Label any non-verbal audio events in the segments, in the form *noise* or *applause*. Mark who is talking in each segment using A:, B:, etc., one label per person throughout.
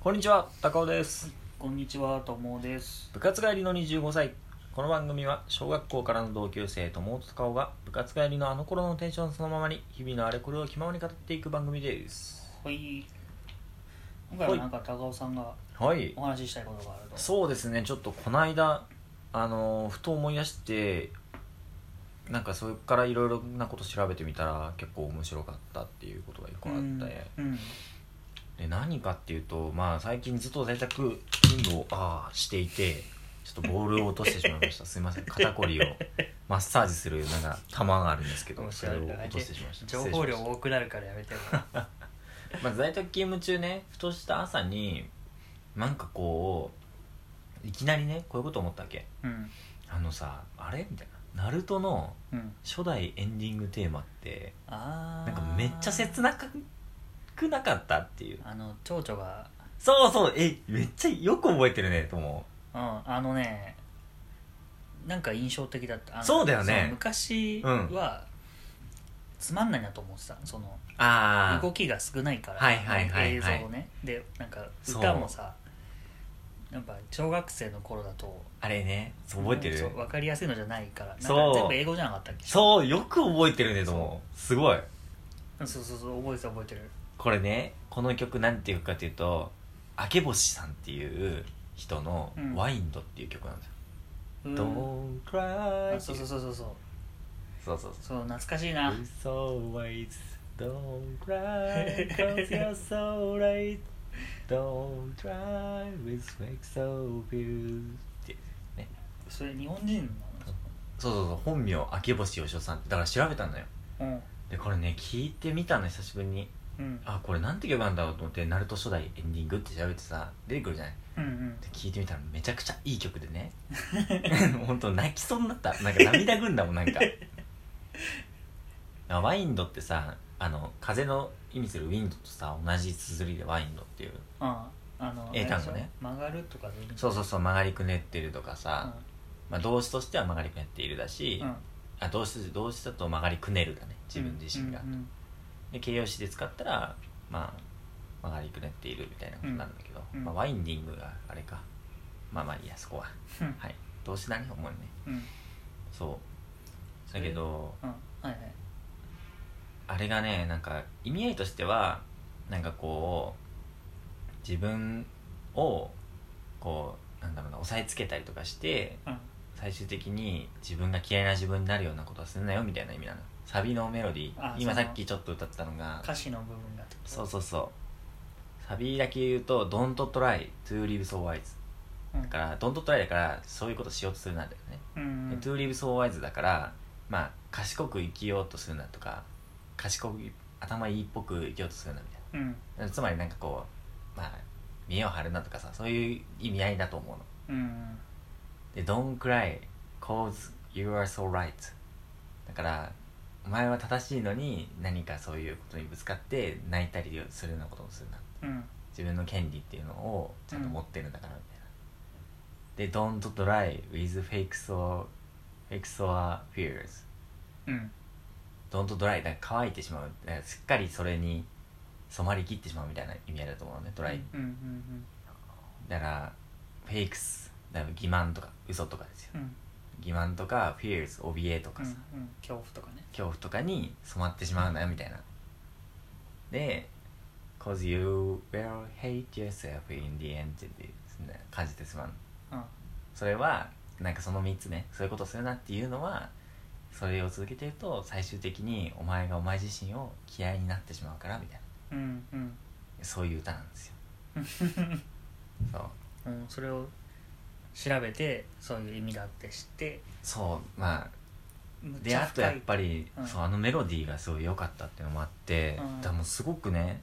A: こんにちは高尾です
B: こんにちは、ともです。
A: 部活帰りの25歳この番組は小学校からの同級生友と高尾が部活帰りのあの頃のテンションそのままに日々のあれこれを気ままに語っていく番組です
B: はい。今回はなんか高尾さんが
A: はい
B: お話ししたいことがあると。
A: そうですねちょっとこの間あのーふと思い出してなんかそれからいろいろなこと調べてみたら結構面白かったっていうことがよくあって、
B: うんうん。
A: で何かっていうと、まあ、最近ずっと在宅運動をあーしていてちょっとボールを落としてしまいましたすいません肩こりをマッサージするなんか玉があるんですけど
B: 面
A: そ
B: 白
A: れ
B: い
A: を落としてしまいました
B: 情報量
A: 失礼しま
B: 多くなるからやめてよ。
A: したまあ、在宅勤務中ねふとした朝になんかこういきなりねこういうこと思ったわけ
B: *laughs* うん。
A: あのさあれみたいなナルトの
B: うん。
A: 初代エンディングテーマって
B: あー。
A: なんかめっちゃ切なくなかったっていう
B: あの、蝶々が、
A: そうそうえめっちゃよく覚えてるねと思う
B: うん、あのね、なんか印象的だった。あの
A: そうだよね
B: その昔は、つまんないなと思ってた。その、
A: ああ
B: 動きが少ないから、
A: はいはいはいはい
B: 映像ね。で、なんか
A: そう
B: 歌もさ、やっぱ小学生の頃だと、
A: あれねそう覚えてる
B: そう分かりやすいのじゃないからなんか
A: そう
B: 全部英語じゃなかったっけ
A: そうよく覚えてるねと思うすごい
B: うんそうそうそう覚えてる覚えてる
A: これねこの曲なんていう曲かっていうと明け星さんっていう人の「
B: うん
A: ワインド」っていう曲なんですよ
B: う
A: 「
B: ん
A: Don't cry」
B: あそうそうそうそうそう
A: そうそう
B: そう懐かしい
A: そ
B: な
A: う It's always Don't
B: *laughs*
A: cry cause you're so right Don't cry with make so beautiful ってね
B: それ日本人
A: そうそうそう本名明け星よしおさんってだから調べたんだよ
B: なの
A: でこれね聞いてみたの久しぶりに
B: うんうん
A: あこれなんて曲なんだろうと思って「ナルト初代エンディング」って調べてさ出てくるじゃない
B: うんうん
A: で聞いてみたらめちゃくちゃいい曲で
B: *laughs*
A: ね本当泣きそうになったなんか涙ぐんだもんなんかあワインドってさあの風の意味するウィンドとさ同じ綴りでワインドっていう
B: ああの
A: 英単語ね
B: あれでしょ曲がるとかでいい
A: そううそうそう曲がりくねってるとか
B: ん
A: さ、まあ、動詞としては曲がりくねっているだし、
B: うん
A: あ動詞動詞だと曲がりくねるだね自分自身が、
B: うんうん
A: で形容詞で使ったらまあ曲がりくねっているみたいなことになるんだけど、
B: うんうん
A: まあ、ワインディングがあれかまあまあいいやそこは
B: うん
A: はい動詞だね思うね
B: うん
A: そうだけど
B: うんはいはい
A: あれがねなんか意味合いとしてはなんかこう自分をこうなんだろうな押さえつけたりとかして
B: うん
A: 最終的に自分が嫌いな自分になるようなことはすんなよみたいな意味なのサビのメロディ
B: あ
A: ー今
B: そ
A: さ
B: の
A: っきちょっと歌ったのが
B: 歌詞の部分がってこと
A: そうそうそうサビだけ言うと「Don't try to live so wise」
B: うん
A: だから「Don't try」だからそういうことしようとするなんだよね
B: うんうん
A: トゥーリブ・ソー・ワイズだから、まあ、賢く生きようとするなとか賢く頭いいっぽく生きようとするなみたい
B: うん
A: なつまりなんかこう、まあ、見栄を張るなとかさそういう意味合いだと思うの
B: うん
A: で「Don't cry cause you are so right」だからお前は正しいのに何かそういうことにぶつかって泣いたりするようなことをするな
B: うん
A: 自分の権利っていうのをちゃんと持ってるんだからみたいな、で「Don't try with fakes or fakes or fears」
B: うん
A: ドントドライだから乾いてしまうだからすっかりそれに染まりきってしまうみたいな意味合いだと思うのねドライ、
B: うんうん
A: だからフェイクスだから欺瞞とか嘘とかですよ
B: うんうん
A: 欺瞞とかフィールズ怯えとか
B: うん
A: さ、
B: うん恐怖とかね
A: 恐怖とかに染まってしまうなよみたいなで「cause you will hate yourself in the end」ってそんな感じてしまうの
B: うん
A: それはなんかその3つねそういうことするなっていうのはそれを続けてると最終的にお前がお前自身を嫌いになってしまうからみたいな
B: うんうん
A: そういう歌なんですよそう
B: うん、それを調べてそういう意味だって知って
A: そうまあ
B: むっち
A: で
B: ゃ
A: あとやっぱ
B: り
A: り、
B: うん
A: そうあのメロディーがすごい良かったっていうのもあって、
B: うん
A: だからもうすごくね、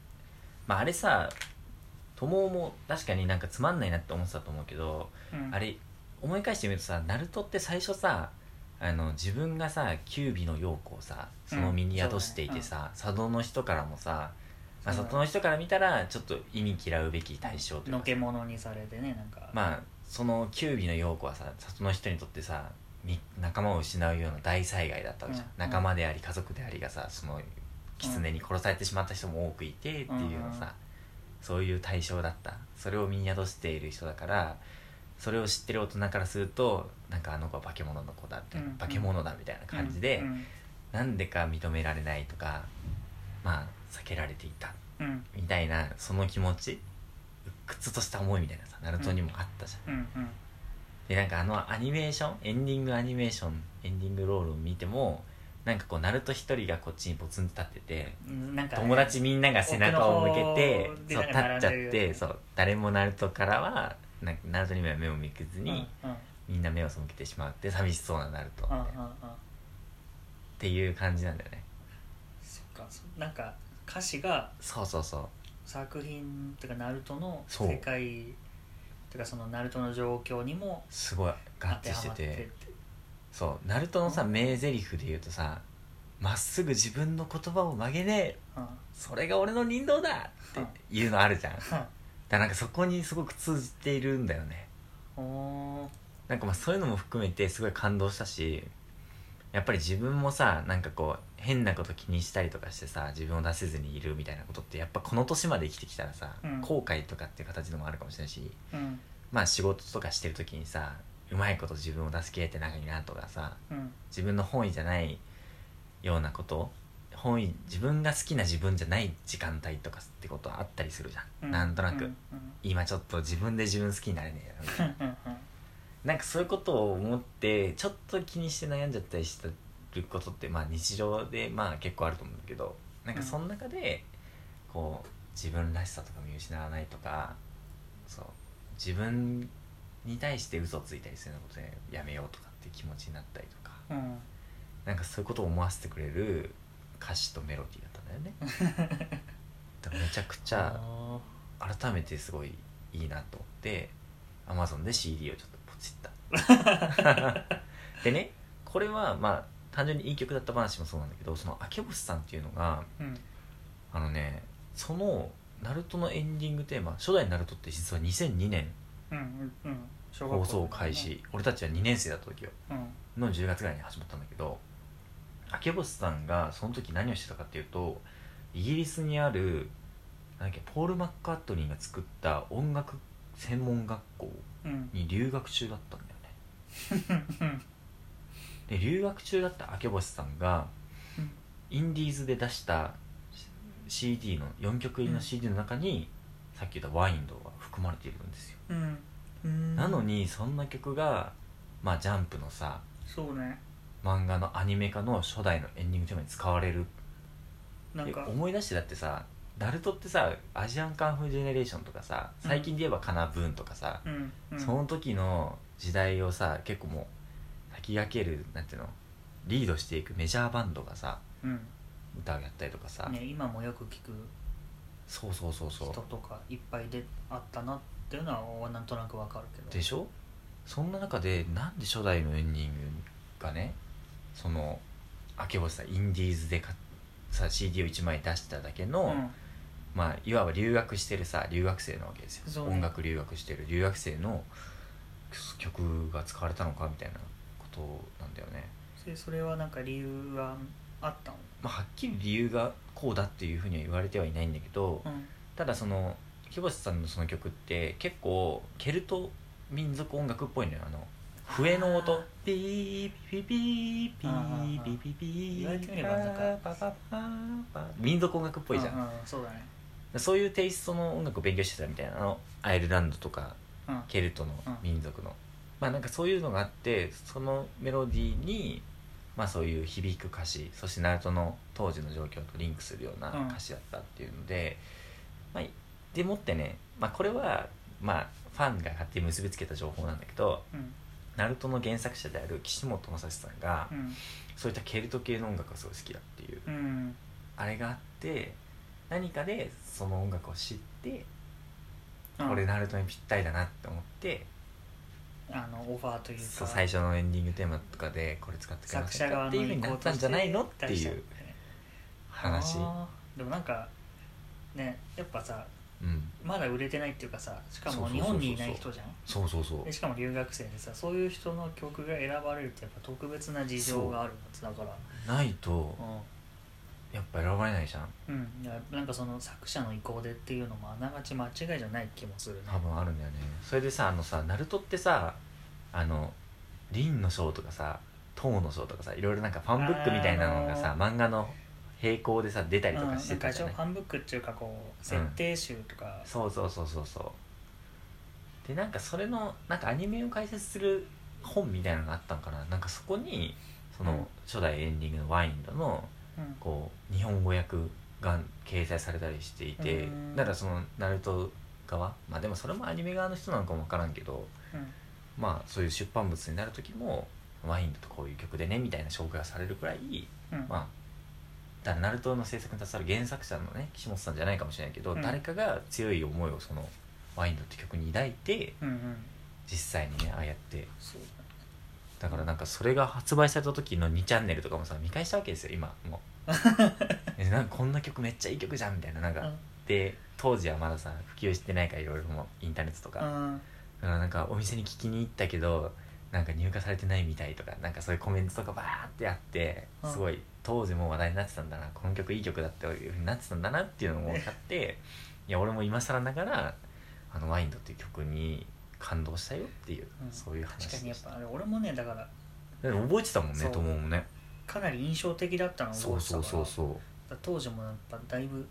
A: まあ、あれさ友も確かになんかつまんないなって思ってたと思うけど、あれ思い返してみるとさナルトって最初さあの自分がさキュービの陽子をさその身に宿していてさ、佐渡の人からもさ、まあ、
B: そう
A: 佐
B: だね
A: 渡の人から見たらちょっと意味嫌うべき対象という
B: の
A: かさ
B: け者にされてねなんか、
A: まあそのキュービの陽子はさ里の人にとってさみ仲間を失うような大災害だったわけじゃん、
B: うん
A: 仲間であり家族でありがさその狐に殺されてしまった人も多くいてっていうのさ、そういう対象だったそれを見宿している人だからそれを知ってる大人からするとなんかあの子は化け物の子だみたいな、
B: うん
A: 化け物だみたいな感じで、
B: うん
A: なんでか認められないとかまあ避けられていた
B: うん
A: みたいなその気持ち鬱屈とした思いみたいなさナルトにもあったじゃん、
B: うんうん
A: でなんかあのアニメーションエンディングアニメーションエンディングロールを見てもなんかこうナルト一人がこっちにポツンと立ってて
B: うんなんかね
A: 友達みんなが背中を向けて
B: 奥
A: そう
B: の方で
A: 立
B: なん
A: っち
B: か
A: ゃっ
B: 並んでるよ
A: て
B: ね
A: そう誰もナルトからはなんかナルトには目を向けず
B: うん
A: に
B: うん
A: みんな目を背けてしまうって寂しそうなナルトみ
B: う
A: たい
B: んうん
A: なっ
B: うん
A: ていう感じなんだよね
B: そっかそなんか歌詞が
A: そうそうそう
B: 作品とかナルトの
A: そう
B: 世界とかそのナルトの状況にも
A: すごい合
B: 当て
A: 致し
B: は
A: て
B: まって
A: て
B: て
A: そうナルトのさ名台詞で言うとさ「まっすぐ自分の言葉を曲げねえ
B: うん
A: それが俺の人道だ!」っていうのあるじゃんだからなんかそこにすごく通じているんだよね
B: うんおー
A: なんかまあそういうのも含めてすごい感動したしやっぱり自分もさなんかこう変なこと気にしたりとかしてさ自分を出せずにいるみたいなことってやっぱこの年まで生きてきたらさ、
B: うん
A: 後悔とかっていう形でもあるかもしれないし
B: うん
A: まあ仕事とかしてる時にさうまいこと自分を出し切れてないなとかさ
B: うん
A: 自分の本意じゃないようなこと本意自分が好きな自分じゃない時間帯とかってことはあったりするじゃん、
B: う
A: なんとなく、
B: うん
A: 今ちょっと自分で自分好きになれねえなみたいな
B: うんうん
A: なんかそういうことを思ってちょっと気にして悩んじゃったりしてることってまあ日常でまあ結構あると思うんだけどなんかその中でこう自分らしさとか見失わないとかそう自分に対して嘘をついたりするようなことでやめようとかって気持ちになったりとか
B: うんうん
A: なんかそういうことを思わせてくれる歌詞とメロディーだったんだよねだからめちゃくちゃ
B: あ
A: 改めてすごいいいなと思ってアマゾンで CD をちょっとポチったでねこれはまあ単純にいい曲だった話もそうなんだけどその明星さんっていうのが
B: ーうん
A: あのねそのナルトのエンディングテーマ初代ナルトって実は2002年
B: うんうんうん小学校
A: 放送開始、俺たちは2年生だった時よ
B: うん
A: の10月ぐらいに始まったんだけど明星さんがその時何をしてたかっていうとイギリスにあるなんだっけポール・マッカートニーが作った音楽専門学校
B: うん
A: に留学中だったんだよ
B: うん
A: ねで留学中だった明星さんが
B: うん
A: インディーズで出した CD の4曲入りの CD の中に、さっき言った「ワインド」が含まれているんですよ、
B: うんうん
A: なのにそんな曲がまあジャンプのさ
B: そうね
A: 漫画のアニメ化の初代のエンディングテーマに使われる
B: なん
A: で
B: か
A: 思い出してだってさナルトってさアジアンカンフージェネレーションとかさ最近で言えばカナブーンとかさ、
B: うんうん
A: その時の時代をさ結構もう先駆けるなんていうのリードしていくメジャーバンドがさ
B: うん
A: 歌をやったりとかさ、
B: ね今もよく聞く
A: そうそうそう
B: 人
A: そ
B: とかいっぱいであったなっていうのはなんとなくわかるけど
A: うでしょそんな中でなんで初代のエンディングがねその明星さんインディーズでかさ CD を1枚出しただけの、
B: う
A: まあ、いわば留学してるさ留学生なわけです
B: そ
A: よ、
B: うね
A: 音楽留学してる留学生の曲が使われたのかみたいなことなんだよね、
B: んでそれはなんか理由はあったの
A: まあ、はっきり理由がこうだっていうふうには言われてはいないんだけど、
B: うん
A: ただその木星さんのその曲って結構ケルト民族音楽っぽいのよあの笛の
B: あ
A: 音
B: ー
A: ピーピーピーピーピーピーピー
B: 言われてみればなんか
A: パーパーパーパー民族音楽っぽいじゃん
B: う、んうんそうだね
A: そういうテイストの音楽を勉強してたみたいなのアイルランドとか
B: うん
A: ケルトの民族の、まあなんかそういうのがあってそのメロディーにまあそういう響く歌詞そしてナルトの当時の状況とリンクするような歌詞だったっていうので、まあでもってね、まあ、これはまあファンが勝手に結びつけた情報なんだけど
B: うん
A: ナルトの原作者である岸本正史さんが
B: うん
A: そういったケルト系の音楽がすごい好きだっていう
B: うん
A: あれがあって何かでその音楽を知って
B: うん
A: これナルトにぴったりだなって思って、
B: あのオファーというか
A: そう最初のエンディングテーマとかでこれ使ってくれま
B: 作
A: せ
B: 者
A: んかっ
B: 側の
A: ていうふうになったんじゃないのっ
B: 意向と
A: て
B: し
A: い
B: 出
A: う
B: したんだよね
A: 話
B: あーでもなんかねやっぱさ
A: うん
B: まだ売れてないっていうかさしか
A: そう
B: も
A: そうそう
B: 日
A: そう
B: 本にいない人じゃん
A: そうそうそう
B: でしかも留学生でさそういう人の曲が選ばれるってやっぱ特別な事情があるはずだから
A: ないと
B: うん
A: やっぱ選ばれないじゃん
B: うん、いやなんかその作者の意向でっていうのもあながち間違いじゃない気もするね
A: 多分あるんだよねそれでさあのさナルトってさあの凛の章とかさ塔の章とかさいろいろなんかファンブックみたいなのがさ
B: あ
A: 漫画の並行でさ出たりとかしてたじゃ
B: うん、
A: な
B: ないんか一応ファンブックっていうかこう設定集とか、
A: そうそうそうそうそうでなんかそれのなんかアニメを解説する本みたいなのがあったんかななんかそこにその初代エンディングのワインドの
B: うん
A: こう日本語訳が掲載されたりしていて
B: うん
A: だからそのナルト側まあでもそれもアニメ側の人なのかもわからんけど
B: うん
A: まあそういう出版物になる時もワインドとこういう曲でねみたいな紹介がされるくらい
B: うん
A: まあだからナルトの制作に携わる原作者のね岸本さんじゃないかもしれないけど、
B: うん
A: 誰かが強い思いをそのワインドって曲に抱いて
B: うんうん
A: 実際にねああやって
B: そう
A: だからなんかそれが発売された時の2チャンネルとかもさ見返したわけですよ今も
B: *laughs*
A: うえなんかこんな曲めっちゃいい曲じゃんみたいななんか、
B: だね
A: で当時はまださ普及してないからいろいろもうインターネットと
B: う
A: か、
B: んうん
A: だからなんかお店に聞きに行ったけどなんか入荷されてないみたいとかなんかそういうコメントとかバーってあって
B: うん
A: すごい当時も話題になってたんだなこの曲いい曲だっていうふうになってたんだなっていうのも分かっていや俺も今更ながら「あのワインド」っていう曲に感動したよっていう、
B: うん
A: そういう話
B: 確かに
A: で
B: やっ
A: した
B: ぱあれ俺もねだか
A: で
B: ら
A: も覚えてたもんね
B: そう
A: 友もね
B: かなり印象的だったのを
A: そう
B: 覚えてた
A: そ
B: か
A: う
B: ら
A: そうそ
B: だから当時もやっぱだいぶ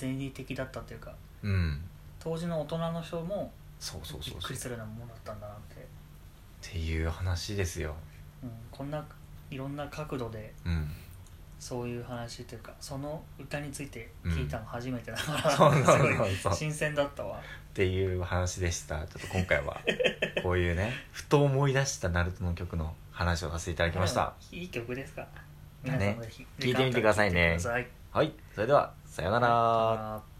B: 前衛的だったというか
A: ううん
B: 当時の大人の人も
A: そうそう
B: びっ
A: そう
B: く
A: そう
B: り
A: っ
B: するようなものだったんだなって
A: ていう話ですよ
B: うん、こんないろんな角度で
A: うん
B: そういう話というかその歌について聞いたの初めてだから、
A: そうそうそう
B: すごい新鮮だったわ
A: っていう話でしたちょっと今 *laughs* 回はこういうねふと思い出したナルトの曲の話をさせていただきました、
B: うんいい曲ですから
A: だね
B: 皆さんもぜひ
A: 聞いてみてくださいね
B: 聞いてみてください
A: はいそれではさようなら
B: さよなら